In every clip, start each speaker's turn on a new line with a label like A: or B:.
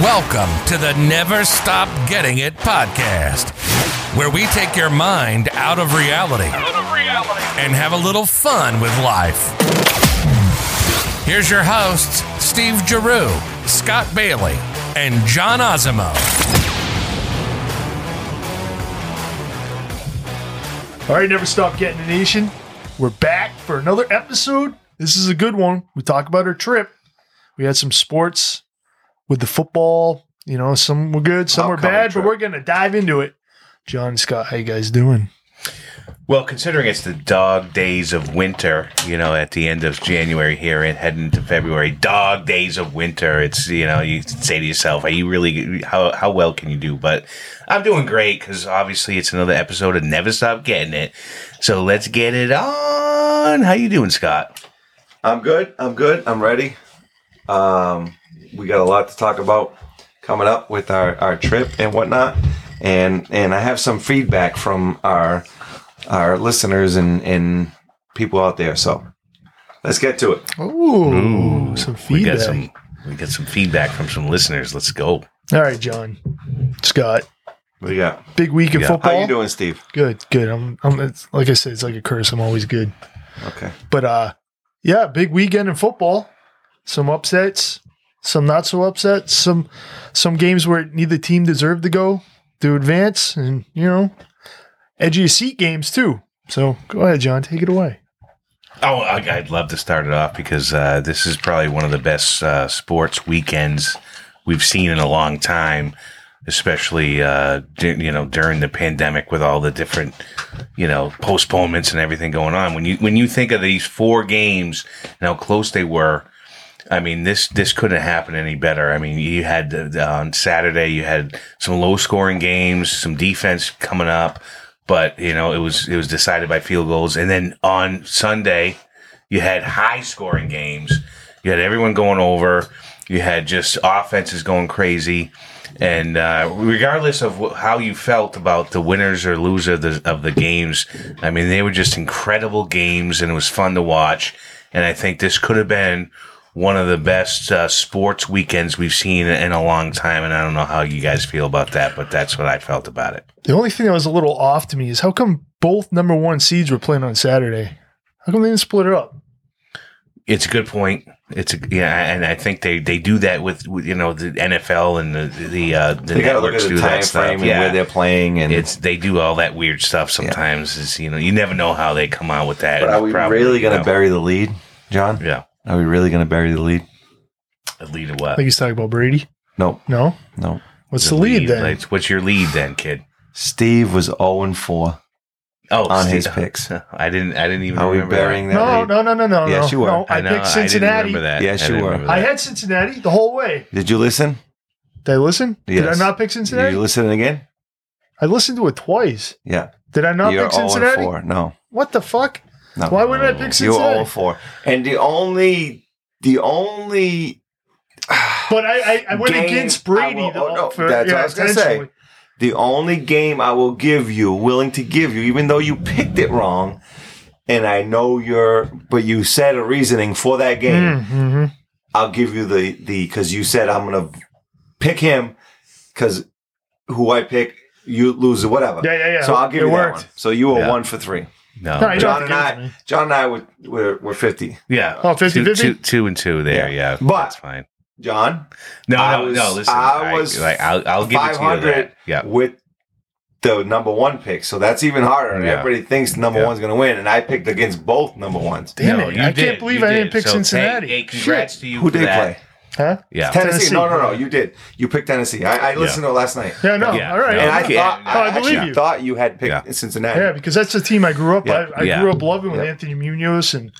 A: Welcome to the Never Stop Getting It podcast, where we take your mind out of reality, and have a little fun with life. Here's your hosts, Steve Giroux, Scott Bailey, and John Osimo.
B: All right, never stop getting a nation. We're back for another episode. This is a good one. We talk about our trip. We had some sports with the football. You know, some were good, some were
C: Homecoming
B: bad,
C: trip.
B: but we're gonna dive into it. John and Scott, how you guys doing?
C: Well, considering it's the dog days of winter, you know, at the end of January here and heading to February, dog days of winter. It's you know, you say to yourself, "Are you really how how well can you do?" But I'm doing great because obviously it's another episode of Never Stop Getting It. So let's get it on. How you doing, Scott?
D: I'm good. I'm good. I'm ready. Um, we got a lot to talk about coming up with our, our trip and whatnot. And and I have some feedback from our our listeners and, and people out there. So let's get to it.
B: Ooh, some
C: We
B: feedback.
C: got some we got some feedback from some listeners. Let's go.
B: All right, John, Scott,
D: What do you got?
B: big week in
C: Yeah.
B: football.
D: How you doing, Steve?
B: Good, good. I'm, I'm. It's, like I said, it's like a curse. I'm always good.
D: Okay.
B: But uh yeah, big weekend in football. Some upsets, some not so upsets, some some games where neither team deserved to go to advance and you know, edgy of seat games too. So go ahead, John, take it away.
C: Oh, I- I'd love to start it off because uh, this is probably one of the best uh, sports weekends we've seen in a long time, especially uh, di- you know during the pandemic with all the different you know postponements and everything going on. When you when you think of these four games and how close they were, I mean this this couldn't happen any better. I mean you had the, the- on Saturday you had some low scoring games, some defense coming up. But you know it was it was decided by field goals, and then on Sunday you had high scoring games. You had everyone going over. You had just offenses going crazy. And uh, regardless of wh- how you felt about the winners or losers of the, of the games, I mean, they were just incredible games and it was fun to watch. And I think this could have been one of the best uh, sports weekends we've seen in a long time. And I don't know how you guys feel about that, but that's what I felt about it.
B: The only thing that was a little off to me is how come both number one seeds were playing on Saturday? How come they didn't split it up?
C: It's a good point. It's a, yeah, and I think they, they do that with with, you know the NFL and the the uh, the
D: You got to look
C: networks
D: at the
C: do
D: time
C: that stuff.
D: frame and
C: yeah,
D: where they're playing. And
C: it's they do all that weird stuff sometimes. It's you know you never know how they come out with that.
D: but are we
C: Probably,
D: really going to
C: you know.
D: bury the lead, John?
C: Yeah,
D: Are we really going to bury the lead?
C: a lead of
B: I
C: what?
B: think he's talking about Brady.
D: Nope.
B: No?
D: Nope.
B: What's the, lead, then?
C: Like, what's your lead then, kid?
D: Steve was 0 and 4
C: Oh,
D: on his
C: Steve-
D: picks.
C: I didn't. I didn't even.
D: Are we
C: remember that.
D: burying that?
B: no,
D: lead?
B: no, no, no, no,
D: Yes,
B: no.
D: you were.
B: No, I,
C: know,
B: picked
C: didn't
B: Cincinnati.
C: remember that.
D: Yes,
C: I
D: you
C: didn't
D: were.
C: remember
B: I
C: that.
B: had Cincinnati the whole way.
D: Did you listen?
B: Did I listen? Did I
D: Yes.
B: not pick
D: Did
B: Cincinnati?
D: you listen again?
B: I listened to it twice.
D: Yeah.
B: Did I not
D: You're
B: pick
D: 0 and
B: Cincinnati?
D: four. No.
B: What the fuck?
D: No.
B: Why would I pick
D: You're 0
B: Cincinnati?
D: and 4. And the only the only
B: But I, I, I went
D: Game-
B: against Brady.
D: I will-
B: though,
D: oh, no,
B: for-
D: that's what I was gonna say.
B: intentionally.
D: the only game I will give you, willing to give you, even though you picked it wrong, and I know you're but you said a reasoning for that game.
B: Mhm.
D: I'll give you the the because you said I'm gonna pick him because who I pick you lose or whatever.
B: Yeah, yeah, yeah.
D: So I'll give
B: It
D: you
B: worked.
D: that one. So you were
C: Yeah.
D: one for three.
C: No,
B: No, I
C: but-
B: don't
D: John
B: think
D: and
B: it was
D: I,
B: me.
D: John and I were were, were fifty.
C: yeah.
B: Oh, 50
C: Two-
B: 50?
C: two- two and two there. Yeah,
D: But-
C: that's fine.
D: John,
C: No,
D: I
C: no,
D: was-
C: no. Listen,
D: I was
C: like, I'll, I'll give it
D: five
C: to you that.
D: hundred
C: Yeah,
D: with the number one pick. So that's even harder. And
C: Yeah.
D: everybody thinks number
C: Yeah.
D: one's gonna win, and I picked against both number ones.
B: Damn
C: No,
B: it.
C: you
B: I
C: did,
B: can't believe
C: you
B: I didn't
C: did.
B: pick
C: So, hey,
B: Cincinnati.
C: Hey, congrats
B: Shit.
C: to you.
D: Who
C: for
D: did
C: that.
D: play?
B: Huh?
C: Yeah.
D: Tennessee.
B: Tennessee.
D: No, no, no. You did. You picked Tennessee. I, I listened to it last night.
B: Yeah, no.
C: Yeah.
B: All right.
C: No,
D: And I
C: Okay.
D: thought
C: Yeah.
B: Oh, I
D: I, actually
B: believe you.
D: thought you had picked
C: Yeah.
D: Cincinnati.
B: yeah, because that's the team I grew up.
D: Yeah.
B: I, I
C: Yeah.
B: grew up loving with
D: Yeah.
B: Anthony Munoz and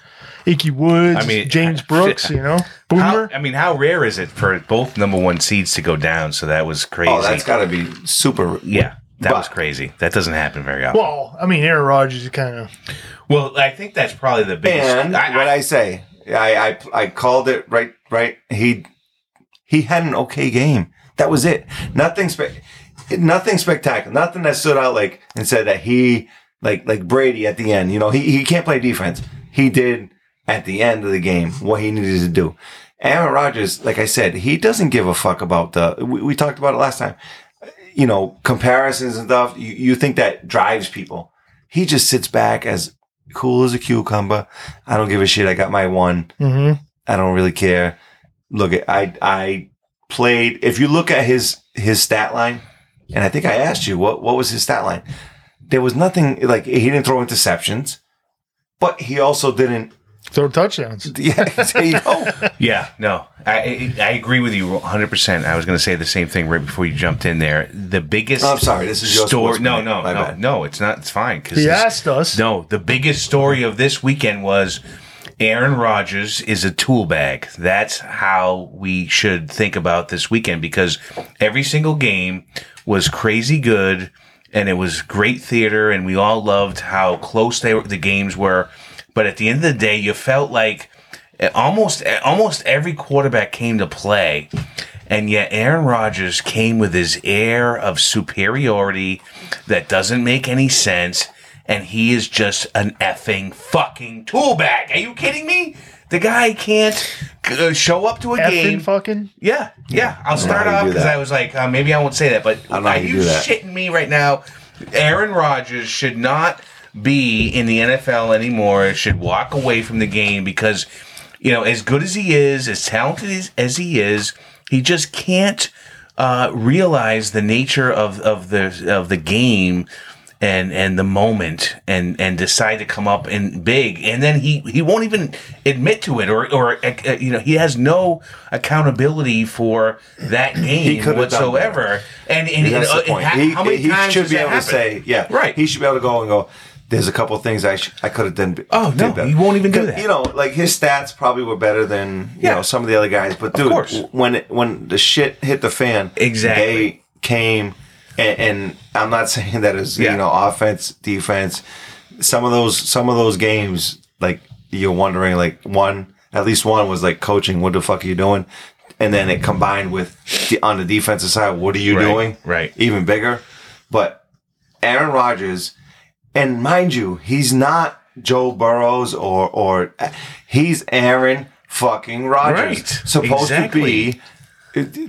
B: Icky Woods,
C: I mean,
B: James
C: I-
B: Brooks, you know,
C: How,
B: Boomer.
C: I mean, how rare is it for both number one seeds to go down? So that was crazy.
D: Oh, that's got to be super.
C: yeah, that
D: But-
C: was crazy. That doesn't happen very often.
B: well, I mean, Aaron Rodgers is kind of.
C: Well, I think that's probably the biggest.
D: And
C: I,
D: what
C: I,
D: I say, I, I I called it right. Right. He he had an okay game. That was it. Nothing spe- nothing spectacular. Nothing that stood out like and said that he like like Brady at the end. You know, he he can't play defense. He did at the end of the game what he needed to do. Aaron Rodgers, like I said, he doesn't give a fuck about the. We, we talked about it last time. You know, comparisons and stuff. You, you think that drives people. He just sits back as cool as a cucumber. I don't give a shit. I got my one.
B: Mm-hmm.
D: I don't really care. Look, I I played. If you look at his his stat line, and I think I asked you what what was his stat line. There was nothing like he didn't throw interceptions, but he also didn't.
B: Throw touchdowns.
D: Yeah, there you go.
C: Yeah, no, I I I agree with you 100. percent I was going to say the same thing right before you jumped in there. The biggest.
D: Oh, I'm sorry, this is your
C: story.
D: sports
C: No,
D: minute.
C: no,
D: My
C: no,
D: bad.
C: no. It's not. It's fine. Cause
B: He
C: this-
B: asked us.
C: No, the biggest story of this weekend was Aaron Rodgers is a tool bag. That's how we should think about this weekend because every single game was crazy good and it was great theater and we all loved how close they were, the games were. But at the end of the day, you felt like almost almost every quarterback came to play, and yet Aaron Rodgers came with his air of superiority that doesn't make any sense, and he is just an effing fucking tool bag. Are you kidding me? The guy can't uh, show up to a game.
B: Effing fucking.
C: Yeah, yeah. I'll start
D: know how you
C: off
D: do
C: because
D: that.
C: I was like, uh, maybe I won't say that, but
D: don't know how
C: are
D: you
C: you
D: do that.
C: shitting me right now? Aaron Rodgers should not be in the NFL anymore. Should walk away from the game because, you know, as good as he is, as talented as, as he is, he just can't uh, realize the nature of, of the of the game and and the moment and and decide to come up and big and then he he won't even admit to it or or uh, you know he has no accountability for that game
D: could've done
C: whatsoever and and, and,
D: That's
C: uh,
D: the point.
C: ha-
D: He,
C: how many
D: he
C: times
D: should
C: does
D: be
C: that
D: able
C: happen?
D: to say, yeah,
C: Right.
D: He should be able to go and go. There's a couple things I sh- I could have done.
C: Oh,
D: did
C: no,
D: better."
C: he won't even do
D: 'Cause,
C: that.
D: You know, like his stats probably were better than you
C: Yeah.
D: know some of the other guys. But dude,
C: course.
D: w- when it, when the shit hit the fan,
C: Exactly.
D: they came. And, and I'm not saying that is
C: Yeah.
D: you know offense defense. Some of those some of those games, like you're wondering, like one at least one was like coaching. What the fuck are you doing? And then it combined with the, on the defensive side, what are you
C: Right,
D: doing?
C: right.
D: even bigger. But Aaron Rodgers, and mind you, he's not Joe Burrows or or he's Aaron fucking Rodgers,
C: Right,
D: supposed to be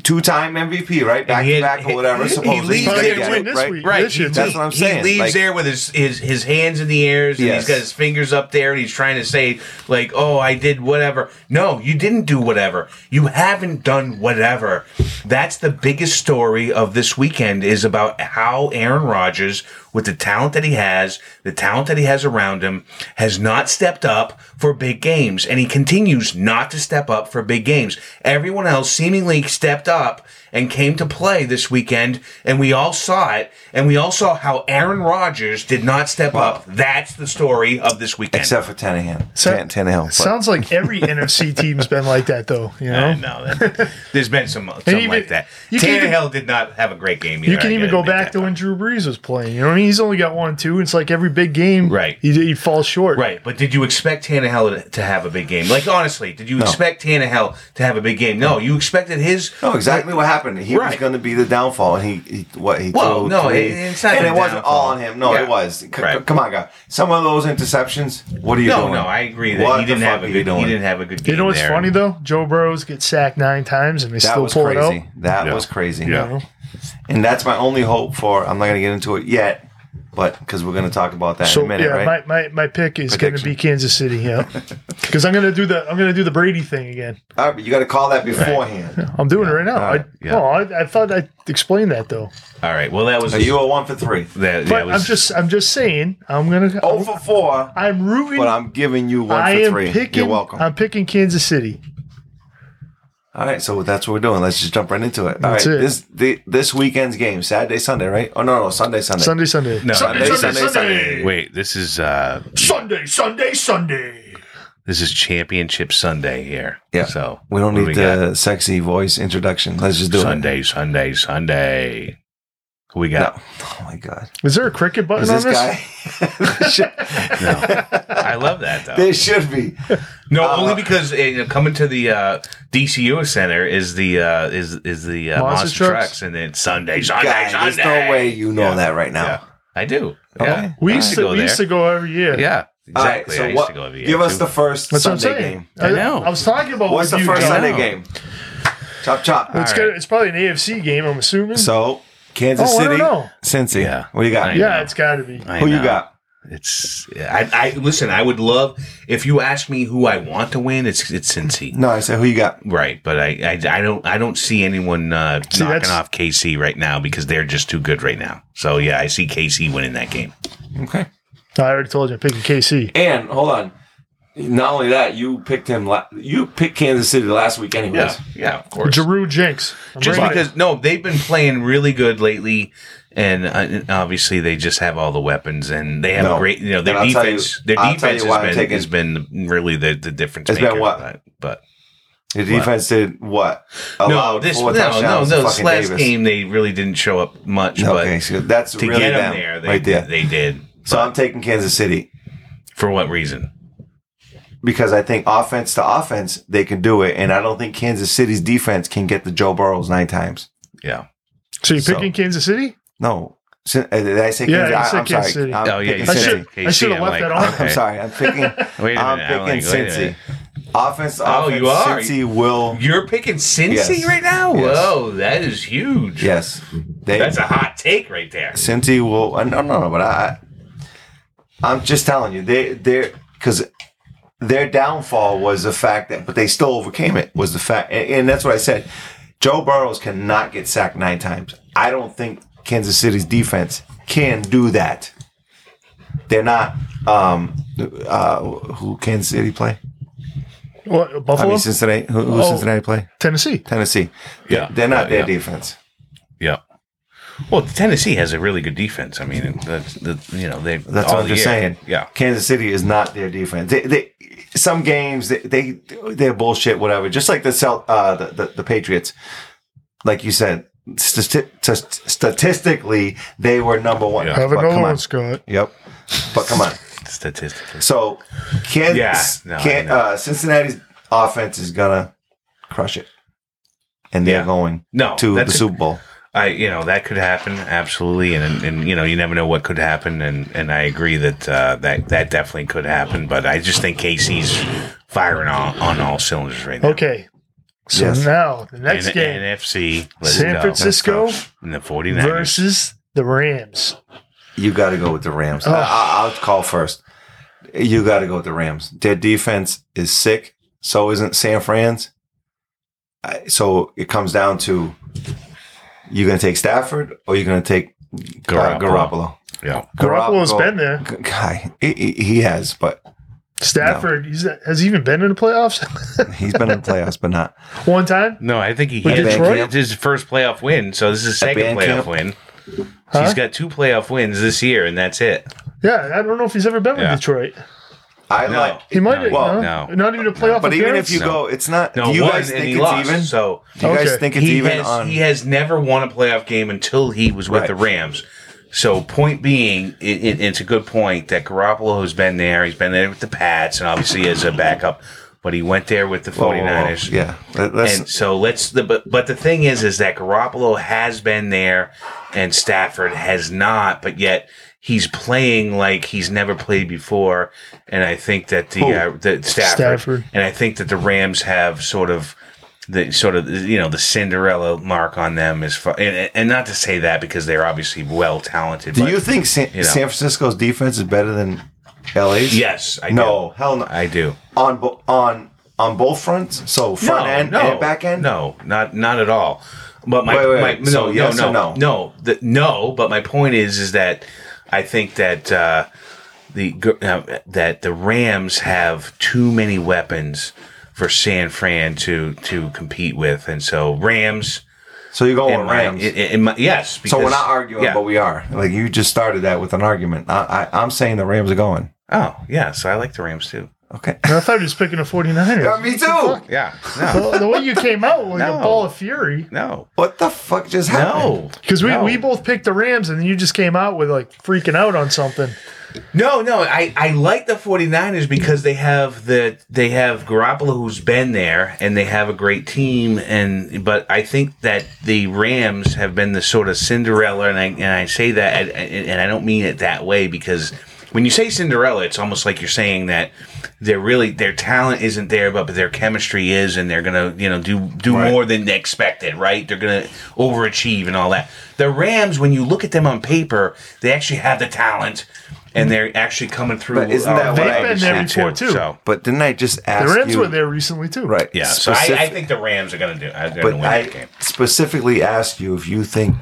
D: two time MVP, right? Back
C: he
D: to
C: had-
D: back or whatever.
C: he- he
D: supposed
C: leaves
D: to
C: there
D: get,
C: to win
B: this week.
C: Right,
B: This year,
C: he-
D: that's what I'm
C: he
D: saying,
C: leaves
D: like-
C: there with his, his his hands in the air, and
D: Yes.
C: he's got his fingers up there, and he's trying to say like, "Oh, I did whatever." No, you didn't do whatever. You haven't done whatever. That's the biggest story of this weekend is about how Aaron Rodgers, with the talent that he has, the talent that he has around him, has not stepped up for big games, and he continues not to step up for big games. Everyone else seemingly stepped up and came to play this weekend, and we all saw it, and we all saw how Aaron Rodgers did not step up. That's the story of this weekend.
D: Except for Tannehill.
B: So-
D: Tan- Tannehill. but-
B: Sounds like every NFC team's been like that, though. You know,
C: I know. that- There's been some something
B: even-
C: like that.
B: you can even-
C: Tannehill did not have a great game. Either,
B: You can
C: I
B: even
C: gotta
B: go
C: admit
B: back
C: that.
B: to when Drew Brees was playing. You know what I mean? He's only got one, two. It's like every big game,
C: Right.
B: He, he falls short.
C: Right, but did you expect Tannehill to- to have a big game? Like honestly, did you expect Tannehill to have a big game? No, you expected his.
D: No, exactly what happened. He was
C: Right.
D: going to be the downfall, and he, he what he
C: Well,
D: threw
C: no,
D: three.
C: it- it's not
D: and
C: the
D: it wasn't all
C: downfall.
D: on him. No,
C: Yeah.
D: it was. C- c-
C: Right.
D: Come on, guy. Some of those interceptions. What are you
C: No,
D: doing?
C: no, I agree that
D: What
C: he didn't
D: the fuck
C: have a
D: are you
C: good. He
D: doing?
C: didn't have a good game.
B: You know what's
C: there.
B: funny though? Joe Burrows gets sacked nine times and they
D: That
B: still
D: was
B: pull it out.
D: crazy. That
A: Yeah.
D: was crazy.
A: Yeah.
B: You know?
D: And that's my only hope for. I'm not going to get into it yet, but because we're going to talk about that in
B: So
D: a minute,
B: yeah,
D: right?
B: my, my, my pick is going to
D: Prediction.
B: be Kansas City. Yeah, because I'm going to do the I'm going to do the Brady thing again.
D: all right, but you got to call that beforehand.
B: I'm doing it right now.
D: Alright,
B: I,
C: yeah.
B: oh, I, I thought I explained that though,
C: All right, well that was
D: Are you a one for three?
C: that,
B: but
C: that was,
B: I'm just I'm just saying I'm going to.
D: Oh for four,
B: I'm rooting.
D: but I'm giving you one
B: I
D: for
B: am
D: three.
B: picking.
D: You're welcome.
B: I'm picking Kansas City.
D: All right, so that's what we're doing. Let's just jump right into it. All right,
B: That's it.
D: this the, this weekend's game, Saturday, Sunday, right? Oh no, no, Sunday, Sunday.
B: Sunday, Sunday.
C: No,
B: Sunday,
C: Sunday,
B: Sunday,
D: Sunday,
B: Sunday,
C: wait. This is uh,
B: Sunday, Sunday, Sunday.
C: this is Championship Sunday here.
D: Yeah.
C: So
D: we don't
C: what
D: need
C: got?
D: the sexy voice introduction. Let's just do it.
C: Sunday, Sunday, Sunday. Who we got?
D: No. Oh my god,
B: Is there a cricket button
D: is
B: on
D: this
B: this?
D: guy? There should-
C: I love that though.
D: there should be.
C: No,
D: Uh,
C: only because uh, you know, coming to the uh, DCU Center is the uh, is is the uh,
B: Monster
C: monster,
B: Trucks?
C: trucks. and then Sunday, Sunday,
D: Guy,
C: Sunday.
D: there's no way you know
C: Yeah.
D: that right now.
C: Yeah. I do.
D: Okay.
C: Yeah.
B: We
C: I
B: used to,
C: go
B: we used
C: there.
B: to go every year.
C: Yeah,
D: All right,
C: Exactly. I used
D: so what,
C: to go every year.
D: give us
C: too.
D: the first
B: That's what I'm
D: Sunday
B: saying.
D: game.
C: I know.
B: I was talking about
D: What's the
B: with you,
D: first
B: John.
D: Sunday game? Chop chop.
B: It's
C: All
B: gonna,
C: right.
B: it's probably an AFC game. I'm assuming.
D: So Kansas
B: Oh, I don't
D: City,
B: know.
D: Cincy.
C: Yeah.
D: What do you got?
C: Yeah.
B: yeah, it's got to be.
C: I
D: Who you
C: know.
D: got?
C: It's I, I listen. I would love if you ask me who I want to win. It's it's Cincy,
D: No, I said who you got.
C: right? But I I, I don't I don't see anyone uh,
B: See,
C: knocking
B: that's-
C: off KC right now because they're just too good right now. So yeah, I see KC winning that game.
D: Okay.
B: I already told you I'm picking KC.
D: And hold on. Not only that, you picked him. La- you picked Kansas City last week, anyways.
C: yeah, of course.
B: Giroux Jinx. I'm
C: just
B: bringing it.
C: because no, they've been playing really good lately, and uh, and obviously they just have all the weapons and they have
D: No.
C: a great. You know
D: And
C: their
D: I'll tell
C: defense.
D: you-
C: their
D: I'll tell
C: defense
D: you why I'm
C: has been,
D: taking-
C: has been really the the difference.
D: It's
C: It's
D: been what?
C: but
D: The defense did what?
C: no, this no no no.
D: to
C: This
D: fucking
C: last
D: Davis.
C: game they really didn't show up much, but
D: Okay, so that's
C: to
D: really
C: get
D: them
C: them there, they,
D: right there.
C: they did.
D: so I'm taking Kansas City
C: For what reason?
D: because I think offense to offense they can do it, and I don't think Kansas City's defense can get the Joe Burrows nine times.
C: Yeah.
B: So you're
D: So-
B: picking Kansas City?
D: No, Si- uh, did I say?
B: Yeah,
D: Kansas?
B: you
D: I,
B: said
D: am
B: Kansas
D: sorry.
B: City.
D: I'm
C: oh yeah,
D: picking
C: you
B: I
D: Cincy.
B: should-
C: said KC.
B: I should've
C: I'm
B: left that on.
D: I'm- I'm
C: okay.
D: sorry. I'm picking.
C: Wait a
D: I'm
C: minute, I'm
D: picking
C: like, wait a
D: Cincy.
C: minute.
D: Offense. to
C: Oh, you
D: offense,
C: are.
D: Cincy will.
C: You're picking Cincy
D: Yes.
C: right now.
D: Yes.
C: Whoa, that is huge.
D: Yes, they,
C: that's a hot take right there.
D: Cincy will. uh, No, no, no. But I, I'm just telling you, they, they're because their downfall was the fact that, but they still overcame it. Was the fact, and, and that's what I said. Joe Burrows cannot get sacked nine times. I don't think Kansas City's defense can do that. They're not. Um, uh, who Kansas City play?
B: What,
D: I
B: Buffalo?
D: mean, Cincinnati. Who, who
B: Oh.
D: Cincinnati play?
B: Tennessee.
D: Tennessee.
C: Yeah,
D: They're not
C: yeah,
D: their
C: yeah.
D: defense.
C: Yeah. Well, Tennessee has a really good defense. I mean, that's the, you know they.
D: That's
C: all
D: what I'm
C: the
D: just
C: year.
D: saying.
C: Yeah.
D: Kansas City is not their defense. They, they some games they, they they're bullshit. Whatever. Just like the Celt, uh, the, the the Patriots, like you said, stati- t- statistically they were number one.
C: Yeah.
B: Have
D: But
B: another
D: come
B: one,
D: on.
B: Scott.
D: Yep. But come on.
C: Statistically.
D: So Kansas,
C: Yeah. No, I
D: can,
C: know.
D: uh, Cincinnati's offense is gonna crush it, and they're
C: Yeah.
D: going
C: No,
D: to the
C: that's a-
D: Super Bowl.
C: I you know that could happen absolutely, and and you know you never know what could happen, and and I agree that uh, that that definitely could happen, but I just think KC's firing on, on all cylinders right now.
B: Okay. So
D: Yes.
B: now the next
C: And-
B: game
C: NFC, let's
B: San
C: go.
B: Francisco
C: and the 49ers.
B: versus the Rams.
D: You got to go with the Rams. I,
B: Oh.
D: I- I'll call first. You got to go with the Rams. Their defense is sick. So isn't San Fran's. I- So it comes down to you're going to take Stafford or you're going to take uh,
C: Garoppolo.
D: Garoppolo.
C: Yeah,
B: Garoppolo's
D: Garoppolo-
B: been there.
D: G- Guy, he- he, he has, but
B: Stafford he's, has he even been in the playoffs
D: he's been in the playoffs, but not.
B: one time.
C: no, I think he
B: With
C: had
D: Detroit?
C: it's his first playoff win, so this is his second
D: At
C: playoff
D: Bandcamp?
C: win.
B: Huh?
C: He's got two playoff wins this year, and that's it.
B: Yeah, I don't know if he's ever been
C: Yeah.
B: with Detroit.
D: I
C: No.
D: like,
B: He might have.
D: Well,
B: no,
C: no.
B: not even a playoff.
D: but even if you
C: No.
D: go, it's not.
C: No,
D: do you
C: one,
D: guys
C: and
D: think
C: he
D: it's
C: lost,
D: even?
C: So
D: Do you guys
B: Okay.
D: think it's
C: he
D: even
C: has,
D: on?
C: he has never won a playoff game until he was with
D: Right.
C: the Rams. So, point being, it, it, it's a good point that Garoppolo has been there. He's been there with the Pats, and obviously as a backup, but he went there with the
D: Whoa, whoa, whoa.
C: 49ers.
D: Yeah, Let- let's-
C: And so let's the but, but the thing is is that Garoppolo has been there and Stafford has not, but yet he's playing like he's never played before. And I think that the
D: Who?
C: uh, the Stafford,
B: Stafford.
C: and I think that the Rams have sort of the sort of you know the Cinderella mark on them is far, and, and not to say that because they're obviously well talented.
D: do
C: but
D: you think San,
C: you know.
D: San Francisco's defense is better than LA's?
C: Yes, I
D: no,
C: do.
D: hell no.
C: I do.
D: on bo- on on both fronts. So front end and back end.
C: No, not not at all. But my,
D: Wait, wait,
C: my
D: wait.
C: no,
D: So
C: no,
D: yes
C: no,
D: or no?
C: no, the- no. But my point is, is that I think that uh, the gr- uh, that the Rams have too many weapons for San Fran to to compete with, and so Rams.
D: So you're going
C: in
D: with
C: my-
D: Rams.
C: in- in my- yes.
D: so we're
C: because-
D: not arguing,
C: yeah.
D: but we are. Like you just started that with an argument. I, I I'm saying the Rams are going.
C: oh, yeah. So I like the Rams too.
D: Okay.
B: I thought he was picking a 49er.
D: Yeah, me too.
C: Yeah. No.
B: Well, the way you came out was
C: No.
B: a ball of fury
C: no.
D: What the fuck just happened?
C: No.
B: because we,
C: No.
B: we both picked the Rams and you just came out with like freaking out on something.
C: No, no, I, I like the 49ers because they have the they have Garoppolo who's been there and they have a great team and but I think that the Rams have been the sort of Cinderella and I and I say that and, and I don't mean it that way because when you say Cinderella, it's almost like you're saying that they're really their talent isn't there, but, but their chemistry is, and they're gonna you know do do
D: Right.
C: more than they expected, right? They're gonna overachieve and all that. The Rams, when you look at them on paper, they actually have the talent, and they're actually coming through.
D: But isn't that
C: uh,
D: what
C: what
D: They've
C: I
D: been
B: there
C: understand,
B: before, too.
C: So
D: But didn't I just
B: The
D: ask
B: Rams
D: you,
B: were there recently too.
D: Right.
C: yeah, so I, I
D: specific-
C: think the Rams are gonna do. Are gonna
D: But
C: win
D: I
C: that game.
D: specifically asked you if you think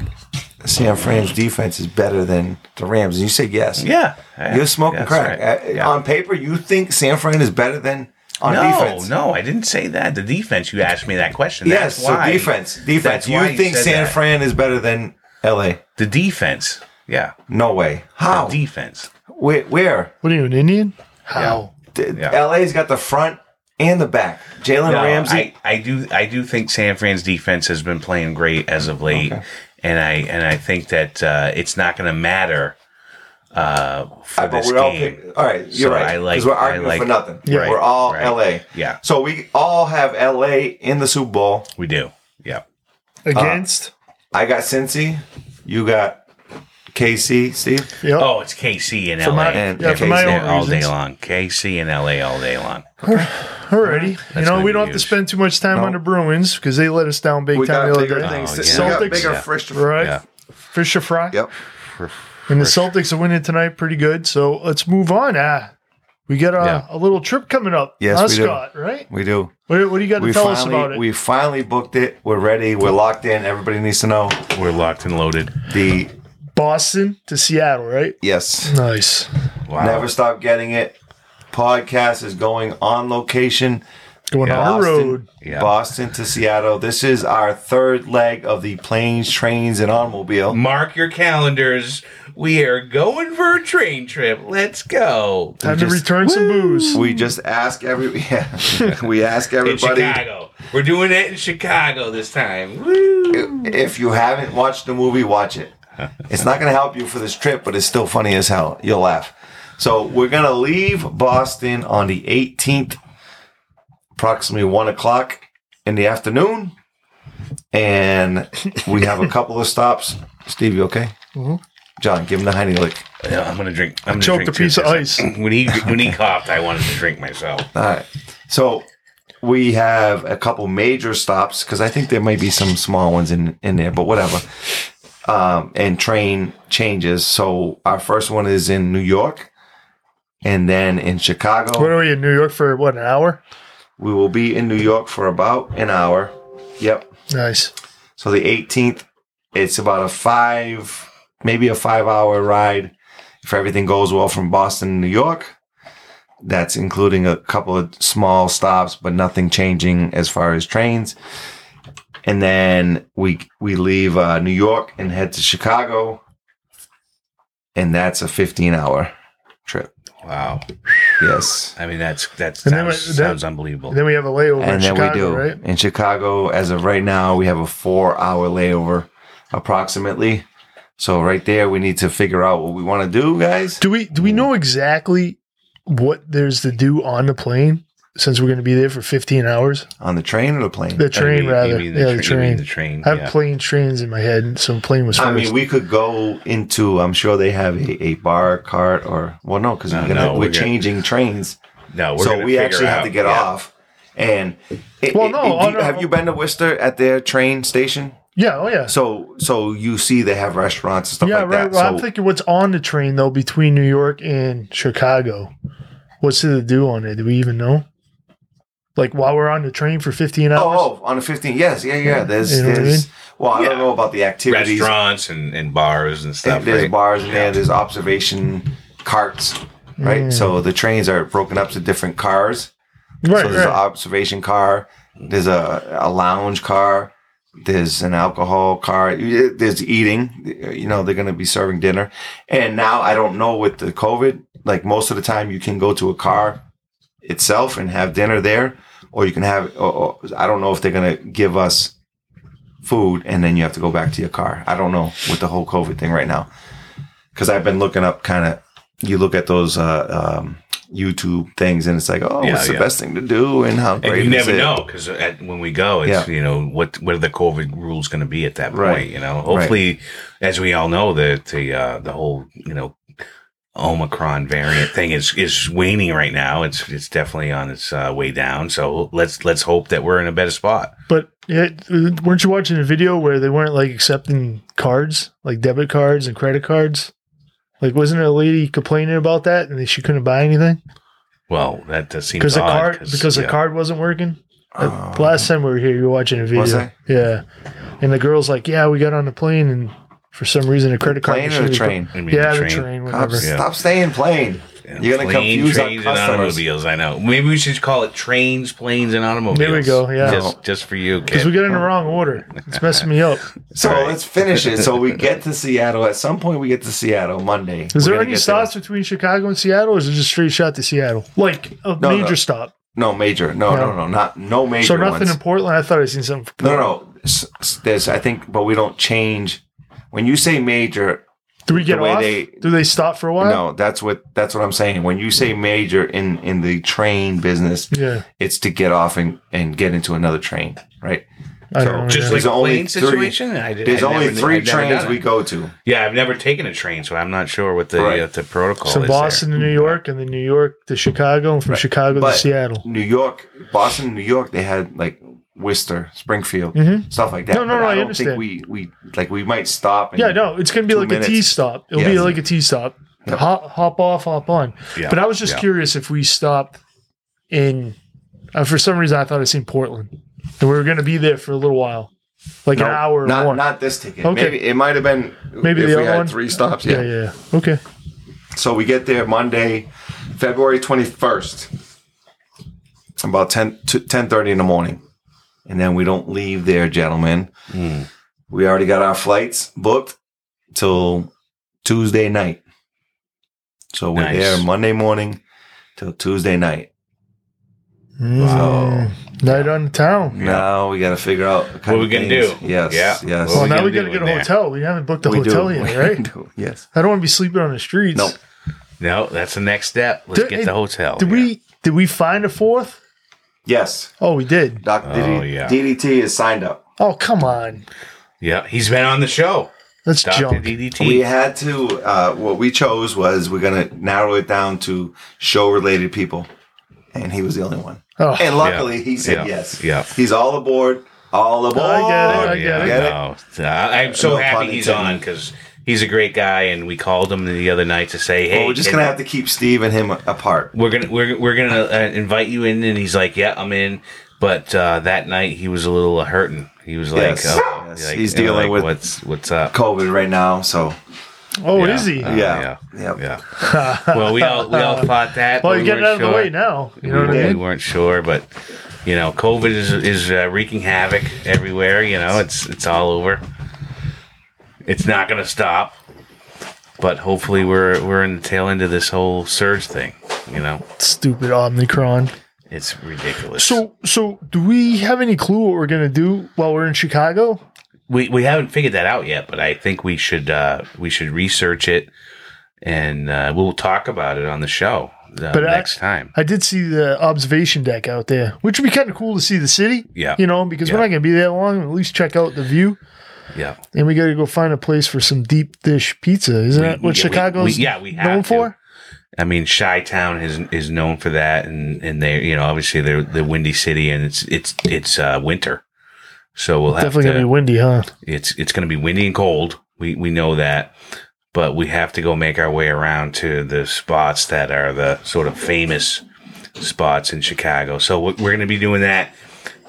D: San Fran's defense is better than the Rams, and you said yes.
C: Yeah,
D: You're smoking
C: Eh, That's
D: crack.
C: right.
D: Uh,
C: Yeah.
D: On paper, you think San Fran is better than on
C: no,
D: defense.
C: no, I didn't say that. The defense. You asked me that question.
D: Yes,
C: That's why
D: so defense.
C: that's
D: Defense.
C: why
D: You think
C: said
D: San
C: that.
D: Fran is better than LA?
C: The defense. Yeah.
D: No way. How?
C: The defense.
D: Where? where?
B: What are you, an Indian? How?
D: D-
C: Yeah.
D: LA's got the front and the back. Jalen
C: No,
D: Ramsey.
C: I, I do I do think San Fran's defense has been playing great as of late, and I and I think that uh, it's not going to matter uh, for
D: Uh, but
C: this
D: we're all
C: game.
D: pick- all right, you're
C: So
D: right.
C: I
D: Because
C: like-
D: we're
C: I
D: arguing
C: like-
D: for nothing.
C: Yeah.
D: we're all
C: Right.
D: LA.
C: Yeah.
D: So we all have LA in the Super Bowl.
C: we do. Yeah. Uh,
B: Against?
D: I got Cincy. You got KC. Steve.
B: yep.
C: Oh, it's KC and LA.
B: my-
D: and
B: yeah, for
D: KC
B: my
C: Yeah,
B: own
C: all day
B: reasons.
C: long. KC and LA all day long.
B: Alrighty. You know,
C: gonna
B: we
C: be
B: don't have to
C: huge.
B: spend too much time
D: No.
B: on the Bruins because they let us down big
D: We
B: time
D: got
B: the other
D: bigger
B: day.
D: things.
C: Oh,
D: to-
C: yeah.
D: We got
B: Celtics.
D: bigger
C: Yeah.
D: fish to
B: Right?
C: Yeah.
B: Fisher fry.
D: Yep.
B: And the Celtics are winning tonight pretty good. So let's move on. Ah, we got a,
C: Yeah.
B: a little trip coming up.
D: Yes,
B: Huh,
D: we do.
B: Scott, right?
D: We do.
B: What, what do you got to
D: We
B: tell us
D: finally,
B: about it?
D: we finally booked it. We're ready. We're locked in. Everybody needs to know
C: We're locked and loaded.
D: the
B: Boston to Seattle, right?
D: yes.
B: Nice.
C: Wow.
D: Never stop getting it. Podcast is going on location.
B: Going
C: Yeah.
B: on the
D: Boston,
B: road.
C: Yeah.
D: Boston to Seattle. This is our third leg of the planes, trains, and automobile.
C: Mark your calendars. We are going for a train trip. Let's go.
B: Time to
D: just-
B: return some booze.
D: We just ask every yeah, we ask
C: In
D: everybody
C: Chicago. We're doing it in Chicago this time. Woo!
D: if you haven't watched the movie, watch it. It's not going to help you for this trip, but it's still funny as hell. You'll laugh. So we're going to leave Boston on the 18th, approximately one o'clock in the afternoon, and we have a couple of stops. Steve, you okay? John, give him the honey lick.
C: Yeah, I'm gonna drink. I'm gonna
B: Choked
C: drink
B: a piece
C: too,
B: of
C: 'cause
B: ice.
C: When he when he coughed, I wanted to drink myself.
D: All right. So we have a couple major stops because I think there might be some small ones in in there, but whatever. Um, and train changes. So our first one is in New York, and then in
B: What
D: Chicago.
B: are we in New York for? What an hour?
D: We will be in New York for about an hour. Yep.
B: Nice.
D: So the 18th, it's about a five, maybe a five hour ride if everything goes well from Boston to New York. That's including a couple of small stops, but nothing changing as far as trains. And then we we leave uh, New York and head to Chicago, and that's a 15 hour trip.
C: Wow.
D: Yes.
C: I mean, that's that
B: And then
C: sounds,
B: we- then-
C: sounds unbelievable.
B: And then we have a layover in
D: and then
B: Chicago,
D: we do
B: right?
D: in Chicago. As of right now, we have a four-hour layover, approximately. So right there, we need to figure out what we want to do, guys.
B: Do we do we know exactly what there's to do on the plane since we're going to be there for 15 hours?
D: On the train or the plane?
C: I
B: The
C: mean,
B: train,
C: you
B: rather.
C: mean
B: yeah,
C: the
B: the
C: train. you mean the
B: train.
C: train.
B: I have
C: yeah.
B: plane trains in my head, so plane was first.
D: I mean, we could go into. I'm sure they have a, a bar cart or well, no, because
C: No,
D: we're, gonna
C: no,
D: we're
C: we're gonna-
D: changing trains,
C: no, we're
D: so
C: gonna
D: we
C: figure
D: actually have
C: out-
D: to get
C: yeah.
D: off. And it-
B: Well,
D: it-
B: no,
D: it- do you-
B: I don't-
D: have you been to Worcester at their train station?
B: yeah, oh yeah.
D: So so you see they have restaurants and stuff
B: yeah,
D: like
B: right.
D: that.
B: Well, I'm
D: so
B: thinking what's on the train though between New York and Chicago. What's there to do on it? Do we even know? Like while we're on the train for 15 hours?
D: Oh, oh, on the 15th. Yes, yeah, yeah. There's,
B: You know what I
D: there's. Well, I
C: Yeah.
D: don't know about the activities.
C: restaurants and, and bars and stuff.
D: there's
C: right?
D: bars in there. There's observation carts, right?
B: Mm.
D: So the trains are broken up to different cars.
B: right,
D: So there's an
B: right.
D: observation car. There's a, a lounge car. There's an alcohol car. y- There's eating. You know they're gonna be serving dinner. And now I don't know with the COVID. Like most of the time, you can go to a car itself and have dinner there, or you can have. Or, or, I don't know if they're gonna give us food and then you have to go back to your car. I don't know with the whole COVID thing right now because I've been looking up kind of. You look at those uh, um, YouTube things and it's like, oh,
C: Yeah,
D: what's the
C: yeah.
D: best thing to do and how
C: And
D: great
C: you
D: is
C: never
D: it?
C: know because when we go, it's you know what what are the COVID rules going to be at that point?
D: Right.
C: You know, hopefully, as we all know, that the uh, the whole you know Omicron variant thing is is waning right now. It's it's definitely on its uh, way down. So let's let's hope that we're in a better spot.
B: But yeah, weren't you watching a video where they weren't like accepting cards, like debit cards and credit cards? Like, wasn't there a lady complaining about that and that she couldn't buy anything
C: Well, that does seem
B: because the
C: odd,
B: card because the
C: yeah.
B: card wasn't working?
D: Oh.
B: Last time we were here, you were watching a video.
D: Was I?
B: Yeah, and the girl's like, "Yeah, we got on the plane, and for some reason, a credit card
D: plane or the
B: machine-
D: train?
C: I mean,
B: Yeah, the train,
D: Stop,
B: whatever.
C: Yeah.
D: stop staying plane. You're gonna
C: Plane,
D: confuse our
C: trains, and
D: customers.
C: automobiles. I know. Maybe we should call it trains, planes, and automobiles.
B: There we go, yeah.
C: just, just for you,
B: Because
C: kid.
B: we got in the wrong order. It's messing me up.
D: So
C: Right.
D: let's finish it. So we get to Seattle. At some point, we get to Seattle Monday.
B: Is
D: We're
B: there
D: gonna
B: any
D: get
B: stops between Chicago and Seattle, or is it just straight shot to Seattle? Like a
D: No,
B: major
D: no.
B: stop.
D: No major. No, no, no, not no major.
B: So nothing
D: ones.
B: in Portland. I thought I seen something.
D: No, no. S- s- There's, I think, but we don't change. When you say major,
B: Do we get
D: The way
B: off?
D: they-
B: Do they stop for a while?
D: no, that's what that's what I'm saying. When you say major in in the train business,
B: Yeah,
D: it's to get off and and get into another train, right?
B: I
D: So
B: don't know.
C: just
B: yeah.
C: like
D: There's
C: a
D: only
C: plane
D: three-
C: situation. I did,
D: There's
C: I've
D: only
C: never-
D: three
C: I've never
D: trains
C: done
D: we
C: it.
D: go to.
C: Yeah, I've never taken a train, so I'm not sure what the
D: Right.
C: uh, the protocol
B: so
C: is.
B: Boston
C: there.
B: to New York, and then New York to Chicago, and from
D: Right.
B: Chicago
D: But-
B: to Seattle.
D: New York, Boston, New York. They had like Worcester, Springfield,
B: Mhm.
D: stuff like that.
B: No, no,
D: But
B: no, I
D: I don't
B: understand.
D: think we we like we might stop. And,
B: Yeah, no, it's gonna be
D: Two
B: like a T
D: minutes.
B: stop. It'll be
D: Yes.
B: like a T stop.
D: Yeah.
B: Hop, hop off, hop on.
C: Yeah,
B: But I was just
C: yeah.
B: curious if we stopped in. Uh, for some reason, I thought I seen Portland, and we were gonna be there for a little while, like
D: No,
B: an hour or
D: Not
B: more.
D: not this ticket.
B: Okay.
D: Maybe it might have been
B: Maybe
D: if
B: the
D: we
B: other
D: had
B: one?
D: three stops.
B: yeah, yeah, yeah. Okay.
D: So we get there Monday, February 21st, about 10 to 10:30 in the morning. And then we don't leave there, gentlemen.
C: Mm.
D: We already got our flights booked till Tuesday night. So we're
C: Nice.
D: there Monday morning till Tuesday night.
B: Wow. Mm. Night on the town.
D: Now we got to figure out
C: What we gonna do.
D: Yes,
C: Yeah.
D: yes.
C: What
B: Well,
C: we
B: now
C: gonna
B: we
C: do
B: gotta get a
C: in there?
B: hotel. We haven't booked a
D: We do.
B: Oh, hotel
D: We
B: yet, right?
D: do. Yes.
B: I don't want to be sleeping on the streets.
D: Nope.
C: No, that's the next step. Let's
B: Did-
C: get the hotel.
B: Did we? Did we find a fourth?
D: Yes.
B: Oh, we did.
D: Doc
C: Oh,
D: DD-
C: yeah.
D: DDT is signed up.
B: Oh, come on.
C: Yeah, he's been on the show.
B: That's
C: Doctor
B: junk.
D: We
C: DDT.
D: had to. Uh, what we chose was we're gonna narrow it down to show-related people, and he was the only one.
B: Oh,
D: And luckily, he said
C: Yeah.
D: yes.
C: Yeah.
D: he's all aboard. All aboard.
B: Oh, I get
C: Yeah,
B: it.
D: Get it?
C: no. Uh, I'm so
D: No pun
C: happy he's
D: intended.
C: on because he's a great guy, and we called him the other night to say, "Hey,
D: Well, we're just
C: can-
D: gonna have to keep Steve and him apart.
C: we're gonna we're, we're gonna uh, invite you in and he's like yeah i'm in but uh, that night he was a little uh, hurting he was like,
D: Yes.
C: uh,
D: Yes.
C: like,
D: He's
C: you know,
D: dealing
C: like,
D: with-
C: what's what's up
D: COVID right now, so
B: oh
C: Yeah.
B: is he?
C: Uh,
D: yeah,
C: yeah
D: yeah.
C: yeah well we all we all thought that
B: well,
C: but
B: you're
C: we
B: getting out
C: weren't
B: of the way
C: sure.
B: now. You know
C: we,
B: what I
C: we
B: mean?
C: weren't sure but you know covid is is uh, wreaking havoc everywhere you know it's it's all over it's not gonna stop but hopefully we're we're in the tail end of this whole surge thing you know
B: Stupid Omnicron.
C: it's ridiculous
B: So, so do we have any clue what we're gonna do while we're in Chicago?
C: we we haven't figured that out yet, but I think we should uh, we should research it, and uh, we'll talk about it on the show uh,
B: But I-
C: next time.
B: I did see the observation deck out there, which would be kind of cool to see the city.
C: Yeah.
B: You know, because
C: Yeah.
B: we're not gonna be that long. At least check out the view,
C: Yeah,
B: and we gotta go find a place for some deep dish pizza. Isn't
C: We-
B: that what
C: yeah, we-
B: Chicago's
C: we- yeah, we have
B: known
C: to.
B: for?
C: I mean, Chi Town is is known for that, and and they you know obviously they're the windy city, and it's it's it's uh, winter, so we'll have
B: Definitely
C: to,
B: gonna be windy, huh?
C: it's it's going to be windy and cold. We we know that, but we have to go make our way around to the spots that are the sort of famous spots in Chicago. So we're, we're going to be doing that.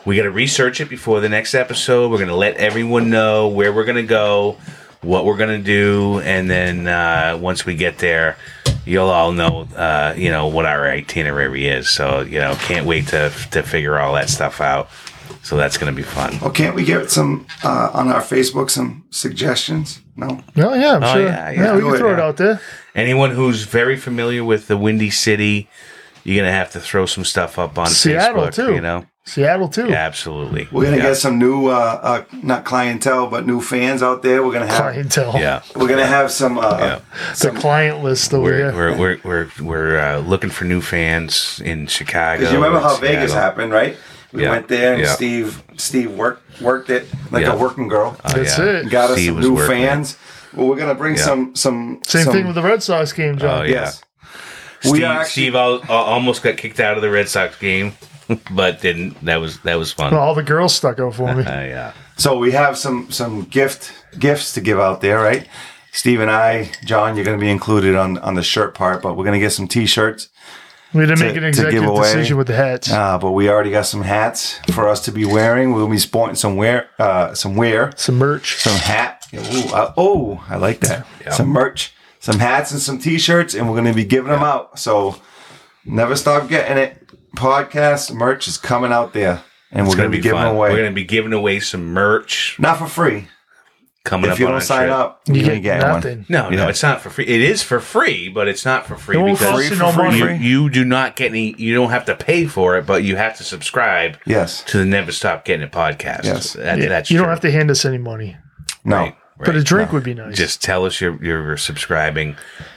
C: We got to research it before the next episode. We're going to let everyone know where we're going to go, what we're going to do, and then uh, once we get there, you'll all know, uh, you know, what our itinerary is. So you know, can't wait to to figure all that stuff out. So that's going to be fun.
E: Well, can't we get some uh, on our Facebook some suggestions? No.
B: Oh yeah, I'm
C: Oh,
B: sure.
C: yeah,
B: Yeah,
C: yeah.
B: we
E: Do
B: can
E: it,
B: throw it
E: yeah.
B: out there.
C: anyone who's very familiar with the Windy City, you're gonna have to throw some stuff up on
B: Seattle,
C: Facebook.
B: too.
C: You know,
B: Seattle too.
C: Yeah, absolutely.
E: We're gonna
C: yeah.
E: get some new, uh, uh, not clientele, but new fans out there. We're gonna have
B: Clientele.
C: Yeah,
E: we're gonna have some. Uh,
B: The client list over
C: we're
B: there.
C: we're we're we're, we're uh, looking for new fans in Chicago.
E: Because you remember
C: and
E: how Vegas
C: Seattle.
E: happened, right? We
C: Yeah.
E: went there and
C: Yeah.
E: Steve Steve worked worked it like
C: Yeah.
E: a working girl.
B: That's
C: yeah.
B: it.
E: Got us
C: Steve
E: some
C: was
E: new
C: working it.
E: fans.
D: Well, we're gonna bring
C: Yeah.
D: some some
B: Same
D: some-
B: thing with the Red Sox game, John.
C: Oh, yeah.
D: Yes.
C: Steve,
D: we are actually
C: Steve al- al- almost got kicked out of the Red Sox game, but didn't. That was that was fun.
B: And all the girls stuck out for me.
C: Uh, yeah.
D: so we have some some gift gifts to give out there, right? Steve and I, John, you're gonna be included on on the shirt part, but we're gonna get some T-shirts.
B: We didn't
D: To-
B: make an
D: to
B: executive
D: give away.
B: decision with the hats.
D: Uh, but we already got some hats for us to be wearing. We'll be sporting some wear, uh, some wear,
B: Some merch.
D: some hat. Yeah, Ooh, uh, oh, I like that. Some merch, some hats, and some T-shirts, and we're going to be giving them out. So never stop getting it. Podcast merch is coming out there, and we're
C: It's
D: going to be giving
C: fun.
D: away
C: We're gonna be giving away some merch
D: not for free.
C: coming up.
D: if you
C: on our
D: don't sign
C: trip.
D: up,
B: You
D: you're
B: get
D: going to get
B: nothing.
D: one.
C: no, no,
D: Yeah.
C: it's not for free. It is for free, but it's not for free
B: It won't
C: because
B: cost you no
D: for
B: money.
D: free.
C: you, you do not get any. You don't have to pay for it, but you have to subscribe
D: Yes.
C: to the Never Stop Getting It podcast.
D: Yes.
C: That-
B: Yeah,
C: that's
B: you
C: true.
B: don't have to hand us any money,
D: No.
C: Right,
B: but a
C: right.
B: drink would be nice.
C: just tell us you're you're subscribing,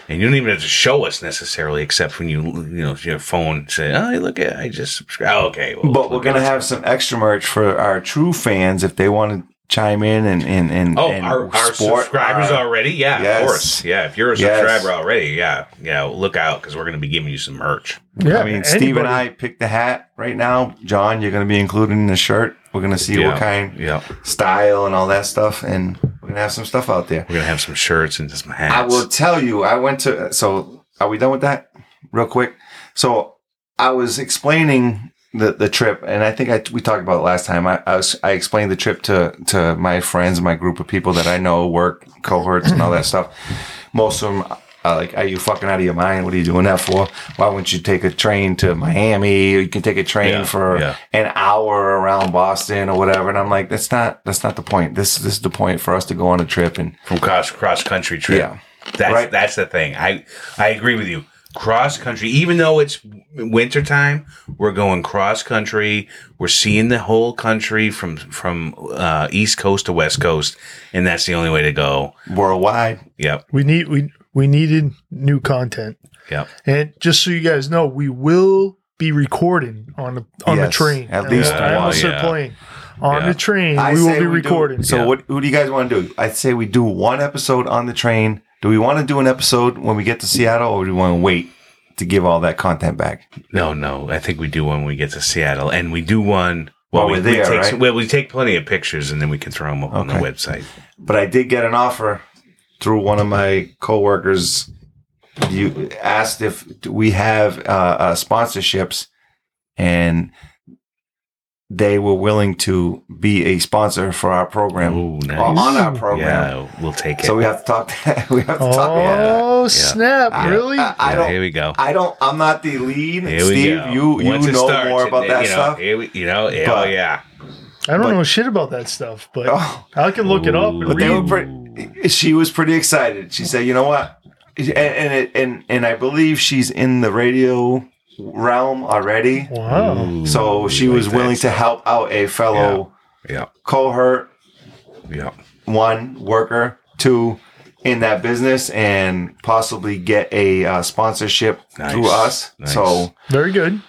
C: and you don't even have to show us necessarily, except when you you know your phone say, "Oh, hey, look at I just subscribe." Oh, okay, well,
D: But we're going to have some extra merch for our true fans if they want to chime in and and and
C: oh
D: and
C: our, our
D: sport
C: subscribers
D: our-
C: already, yeah,
D: Yes.
C: of course, yeah. If you're a
D: Yes.
C: subscriber already, yeah, yeah, look out because we're going to be giving you some merch.
B: yeah,
D: I mean, Steve and
B: anybody.
D: I picked the hat right now. John, you're going to be included in the shirt. We're going to see
C: yeah.
D: what kind,
C: Yeah,
D: style, and all that stuff, and we're going to have some stuff out there.
C: we're going to have some shirts and some hats.
D: I will tell you, I went to. So, are we done with that, real quick? So, I was explaining the the trip, and I think I we talked about it last time. I I, was, I explained the trip to to my friends, my group of people that I know, work cohorts, and all that stuff. Most of them. are like, are you fucking out of your mind? What are you doing that for? Why wouldn't you take a train to Miami? Or you can take a train
C: Yeah,
D: for
C: yeah.
D: an hour around Boston or whatever. And I'm like, that's not that's not the point. This this is the point for us to go on a trip and
C: from cross cross country trip.
D: Yeah.
C: That's
D: Right.
C: that's the thing. I I agree with you. Cross country, even though it's winter time, we're going cross country. We're seeing the whole country from from uh, east coast to west coast, and that's the only way to go.
D: worldwide.
C: Yep,
B: we need we we needed new content,
C: yep.
B: and just so you guys know, we will be recording on the on the
D: Yes,
B: train.
D: at
B: I almost-
D: least
B: I
C: one,
B: almost
C: yeah.
B: said plane on
C: Yeah.
B: the train.
D: I
B: we
D: say
B: will be
D: we do-
B: recording.
D: so,
C: Yeah.
D: what who do you guys want to do? I say we do one episode on the train. Do we want to do an episode when we get to Seattle, or do we want to wait to give all that content back?
C: No, no. I think we do one when we get to Seattle, and we do one
D: While
C: we,
D: we're there,
C: we take,
D: right?
C: well, we take plenty of pictures, and then we can throw them up on the
D: Okay.
C: website.
D: But I did get an offer through one of my coworkers. You asked if we have uh, uh, sponsorships, and they were willing to be a sponsor for our program
C: Ooh, nice.
D: or on our program.
C: Yeah, we'll take it.
D: So we have to talk. we have to talk.
B: Oh snap!
D: I-
B: Really?
D: I, I
C: Yeah,
D: don't.
C: Here we go.
D: I don't. I'm not the lead,
C: Here we
D: Steve.
C: go.
D: You you
C: Once it
D: know
C: starts,
D: more about
C: and then, you
D: that
C: know,
D: stuff.
C: here we- you know, yeah,
D: But-
C: yeah.
B: I don't
D: but-
B: know shit about that stuff, but
D: Oh.
B: I can look it up.
C: Ooh.
B: and
D: But they
B: read.
D: were pretty. She was pretty excited. She said, "You know what?" And and it, and, and I believe she's in the radio realm already.
B: wow.
D: So she was willing to help out a fellow
C: Yeah,
D: cohort
C: yeah.
D: one worker, two in that business, and possibly get a uh, sponsorship
C: Nice.
D: through us.
C: Nice.
D: So
B: Very good.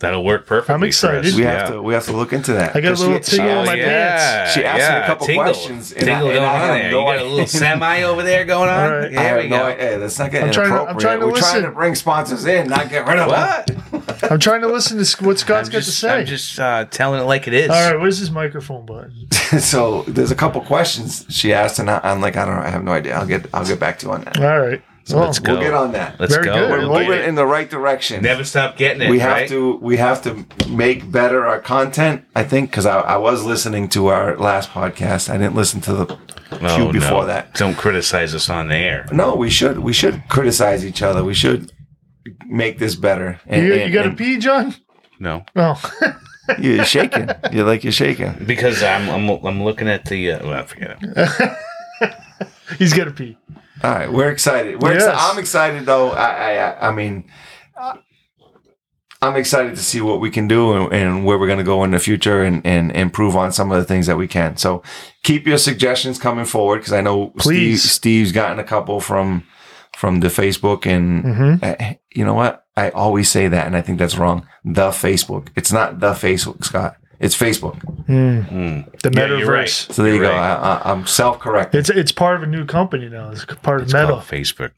C: That'll work perfectly.
B: I'm
C: for
B: excited.
C: us,
D: we
C: yeah.
D: have to we have to look into that.
B: I got a
D: 'Cause
B: little
D: she- she
B: tingle in
D: asked-
B: my pants.
D: She asked me a couple
C: tingle.
D: questions, and
C: Tingle
D: I- and
C: going
D: I
C: on
D: have
C: there.
D: no
C: you got a little
D: idea.
C: semi over there going on.
B: All right.
D: I
C: There
D: have
C: we
D: no
C: go.
D: idea. That's not getting
B: I'm trying to- I'm
D: inappropriate.
B: trying to
D: We're trying to
B: listen.
D: bring sponsors in, not get rid of
C: What?
D: them.
B: I'm trying to listen to what Scott's
C: I'm
B: got to
C: just,
B: say.
C: I'm just uh, telling it like it is.
B: All right, where's this microphone button?
D: so there's a couple questions she asked, and I, I'm like, I don't know. I have no idea. I'll get I'll get back to you on that.
B: All right. Oh. Well,
C: let's go.
D: We'll get on that.
C: Let's
B: Very
C: go.
B: good.
D: We're
B: We'll
D: moving in the right direction.
C: Never stop getting it.
D: we have
C: right?
D: to we have to make better our content. I think because I, I was listening to our last podcast. I didn't listen to the
C: Oh,
D: few before
C: no.
D: that.
C: Don't criticize us on the air.
D: No, we should we should criticize each other. We should make this better. And-
B: You,
D: and-
B: you got to
D: and-
B: pee, John?
C: No,
B: Oh,
D: You're shaking. You're like you're shaking.
C: because I'm I'm, I'm looking at the. Uh, well, forget it.
B: he's got to pee.
D: All right, we're excited. We're exci-
B: Yes.
D: I'm excited though. I I, I- I mean, uh, I'm excited to see what we can do and, and where we're going to go in the future and, and improve on some of the things that we can. So keep your suggestions coming forward because I know Steve,
B: Please.
D: Steve's gotten a couple from from the Facebook and
B: Mhm.
D: uh, you know what I always say that and I think that's wrong. The Facebook. It's not the Facebook, Scott. It's Facebook.
C: Hmm.
B: The
C: Yeah,
B: metaverse.
C: you're right.
D: So there you
C: You're
D: go.
C: right.
D: I, I, I'm self-correcting.
B: It's it's part of a new company now. It's part of
C: It's
B: Meta,
C: called Facebook.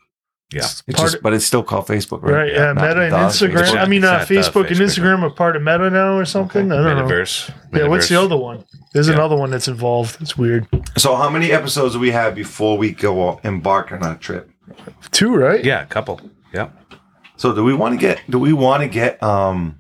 C: Yeah.
D: It's
B: part
D: just, but it's still called Facebook, right?
B: right? Yeah,
D: Not
B: Meta and
D: the-
B: Instagram.
C: Facebook.
B: I mean, uh,
C: It's not the
B: Facebook and
C: Facebook,
B: Instagram are part of Meta now or something. I don't know.
C: Metaverse.
B: Yeah, what's the
C: Metaverse.
B: other one? There's
C: Yeah.
B: another one that's involved. It's weird.
D: So how many episodes do we have before we go embark on our trip?
B: Two, right?
C: Yeah, a couple. Yeah.
D: So do we want to get? Do we want to get? Um,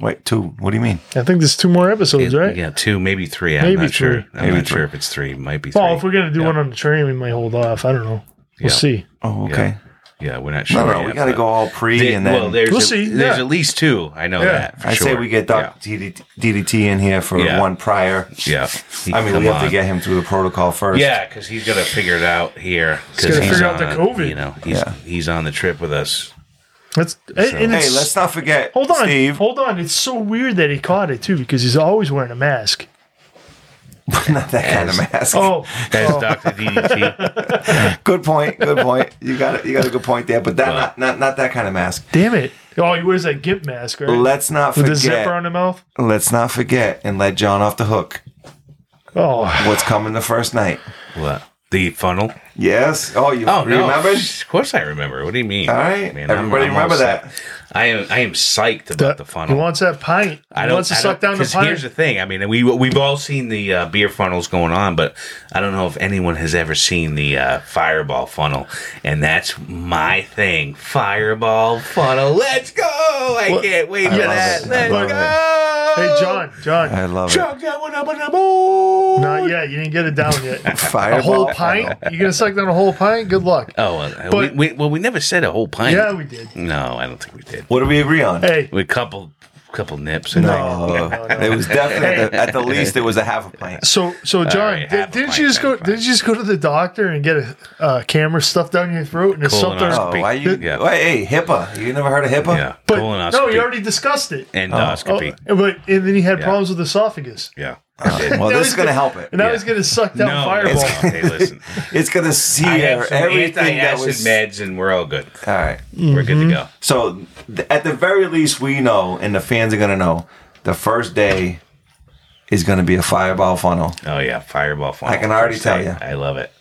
D: wait, two. What do you mean?
B: I think there's two more episodes, right?
C: Yeah, two, maybe three. I'm
B: Maybe
C: not sure.
B: three.
C: I'm
D: Maybe
C: not
D: three.
C: sure if it's three. Might be three.
B: Well, if we're gonna do
C: Yeah.
B: one on the train, we might hold off. I don't know. We'll
C: Yeah.
B: see.
D: Oh, okay.
C: yeah, we're not
D: No,
C: sure.
D: no, we
C: yet,
D: got to
C: but-
D: go all pre,
C: They-
D: and then
C: well, there's
B: We'll
C: at-
B: see,
C: There's
B: yeah.
C: at least two. I know
B: Yeah.
C: that. For
D: I
C: sure.
D: say we get Doc DD DDT in here for
C: Yeah.
D: one prior.
C: Yeah. He
D: I
C: can
D: mean, we
C: come
D: have
C: on.
D: to get him through the protocol first.
C: Yeah, because he's got to figure it out here. He's
B: gotta figure out the
C: on,
B: COVID.
C: You know, he's
D: Yeah.
C: he's on the trip with us.
B: Let's. and- and
D: Hey,
B: it's-
D: let's not forget.
B: hold on.
D: Steve.
B: Hold on. It's so weird that he caught it too because he's always wearing a mask.
D: not that kind of mask.
B: Oh,
C: As
B: oh.
C: Doctor DDT.
D: Good point. Good point. You got a, you got a good point there, but that not, not not that kind of mask.
B: damn it! Oh, he wears that gimp mask, right?
D: Let's not
B: With
D: forget.
B: the zipper on the mouth.
D: Let's not forget and let John off the hook.
B: Oh,
D: What's coming the first night?
C: what? The funnel.
D: Yes. Oh, you
C: Oh, no.
D: remember?
C: Of course, I remember. What do you mean?
D: All right.
C: Man, I'm-
D: Everybody
C: I'm
D: remember
C: all
D: that.
C: set. I am. I am psyched about the funnel.
B: He wants that pint. He
C: I don't.
B: wants to
C: I
B: suck
C: don't-
B: down the
C: 'cause
B: pint.
C: Here's the thing. I mean, we we've all seen the uh, beer funnels going on, but I don't know if anyone has ever seen the uh, fireball funnel, and that's my thing. Fireball funnel. Let's go! I
B: Well,
C: can't wait for
D: love
C: that.
D: it. I
C: Let's
D: love it.
C: go!
B: Hey, John, John.
C: Uh,
D: I love it.
C: Chug that one up on the board.
B: Not yet. You didn't get it down yet.
D: Fireball.
B: a whole pint?
C: uh,
B: You're gonna suck down a whole pint? Good luck.
C: Oh, well,
B: But-
C: we, we, well, we never said a whole pint.
B: Yeah, we did.
C: No, I don't think we did.
D: What do we agree on?
B: Hey,
C: We couple couple nips. I think.
D: Oh, it was definitely at the least it was a half a pint.
B: so so John,
C: right,
B: did,
C: half a
B: didn't
C: pint,
B: you just
C: half
B: go?
C: a pint.
B: Didn't you just go to the doctor and get a uh, camera stuffed down your throat and it's something?
C: Colonoscopy.
D: Oh, why you?
C: Yeah.
D: why- hey, HIPAA. You never heard of HIPAA?
C: Yeah,
B: But
C: colonoscopy,
B: no, you already discussed it. Oh,
C: endoscopy.
B: but and then he had
C: Yeah.
B: problems with esophagus.
C: Yeah.
D: Well,
B: Now
D: Oh, this
B: he's
D: is gonna
B: gonna-
D: help it.
B: And now
C: Yeah.
B: he's gonna suck down
C: it's-
B: fireball.
C: hey, listen.
D: It's gonna
C: I
D: sear
C: have some
D: everything that
C: anti-acid
D: was. Mm-hmm.
C: meds, and we're all good.
D: All right.
C: We're good to go.
D: So th- at the very least, we know, and the fans are gonna know, the first day is gonna be a fireball funnel.
C: Oh yeah, fireball funnel.
D: I can already
C: First
D: tell
C: day.
D: you.
C: I love it.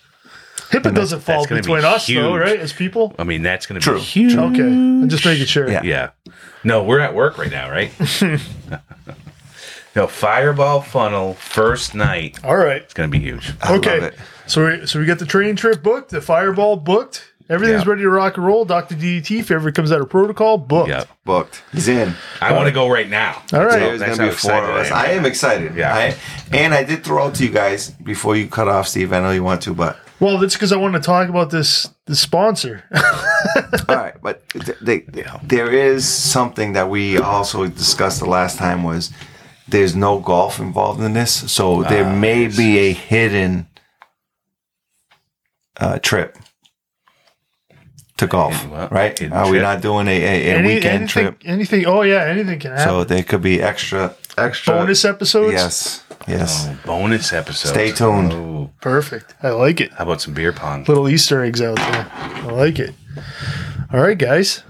B: HIPAA doesn't fall
C: gonna be
B: between us though,
C: huge.
B: right? As people.
C: I mean, that's going to
D: True.
C: be huge.
B: Okay, I'm just making sure.
D: Yeah.
C: Yeah. No, we're at work right now, right? no, fireball funnel first night.
B: All right.
C: It's going to be huge.
D: I love
B: okay.
D: it.
B: So we, so we got the train trip booked, the fireball booked, everything's
C: Yeah.
B: ready to rock and roll. Doctor DDT, if ever comes out of protocol, booked.
C: Yep.
D: Booked. He's in.
C: I want to go right now.
B: All right.
D: There's
C: that's
D: going to be
C: how
D: four of
C: excited
D: us.
C: I
D: I
C: am.
D: am excited.
C: Yeah.
D: I, and I did throw out to you guys before you cut off, Steve. I know you want to, but
B: Well, that's because I want to talk about this the sponsor.
D: all right. But th- they, there is something that we also discussed the last time was there's no golf involved in this, so there may be a hidden uh, trip to golf,
C: Hidden what?
D: right?
C: Hidden
D: Are we
C: trip?
D: not doing a, a, a
B: Any-
D: weekend
B: anything,
D: trip?
B: anything. Oh yeah, anything can happen.
D: So there could be extra extra
B: Bonus episodes.
D: uh, Yes, yes.
C: Oh, bonus episode.
D: Stay tuned.
C: Oh,
B: Perfect. I like it.
C: how about some beer pong?
B: Little Easter eggs out there. I like it. All right, guys.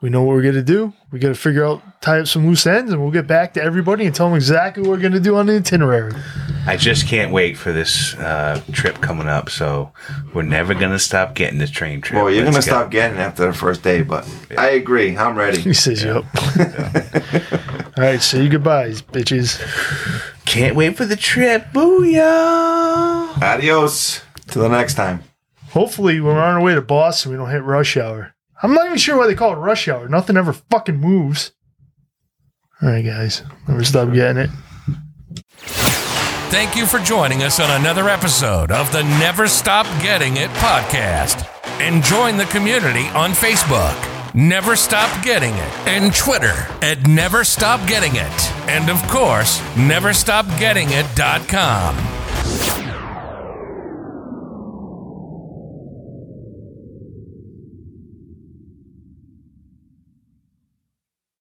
B: We know what we're gonna do. We gotta figure out tie up some loose ends, and we'll get back to everybody and tell them exactly what we're gonna do on the itinerary.
C: I just can't wait for this uh, trip coming up. So we're never gonna stop getting this train trip.
D: Well, you're
C: Let's
D: gonna
C: go.
D: stop getting it after the first day, but I agree. I'm ready.
B: He says, "Yep." All right, say you goodbyes, bitches.
C: Can't wait for the trip. Booyah!
D: Adios. Till the next time.
B: Hopefully, when we're on our way to Boston, we don't hit rush hour. I'm not even sure why they call it rush hour. Nothing ever fucking moves. All right, guys, never stop getting it.
A: Thank you for joining us on another episode of the Never Stop Getting It podcast. And join the community on Facebook, Never Stop Getting It, and Twitter at Never Stop Getting It. And of course, neverstopgettingit.com.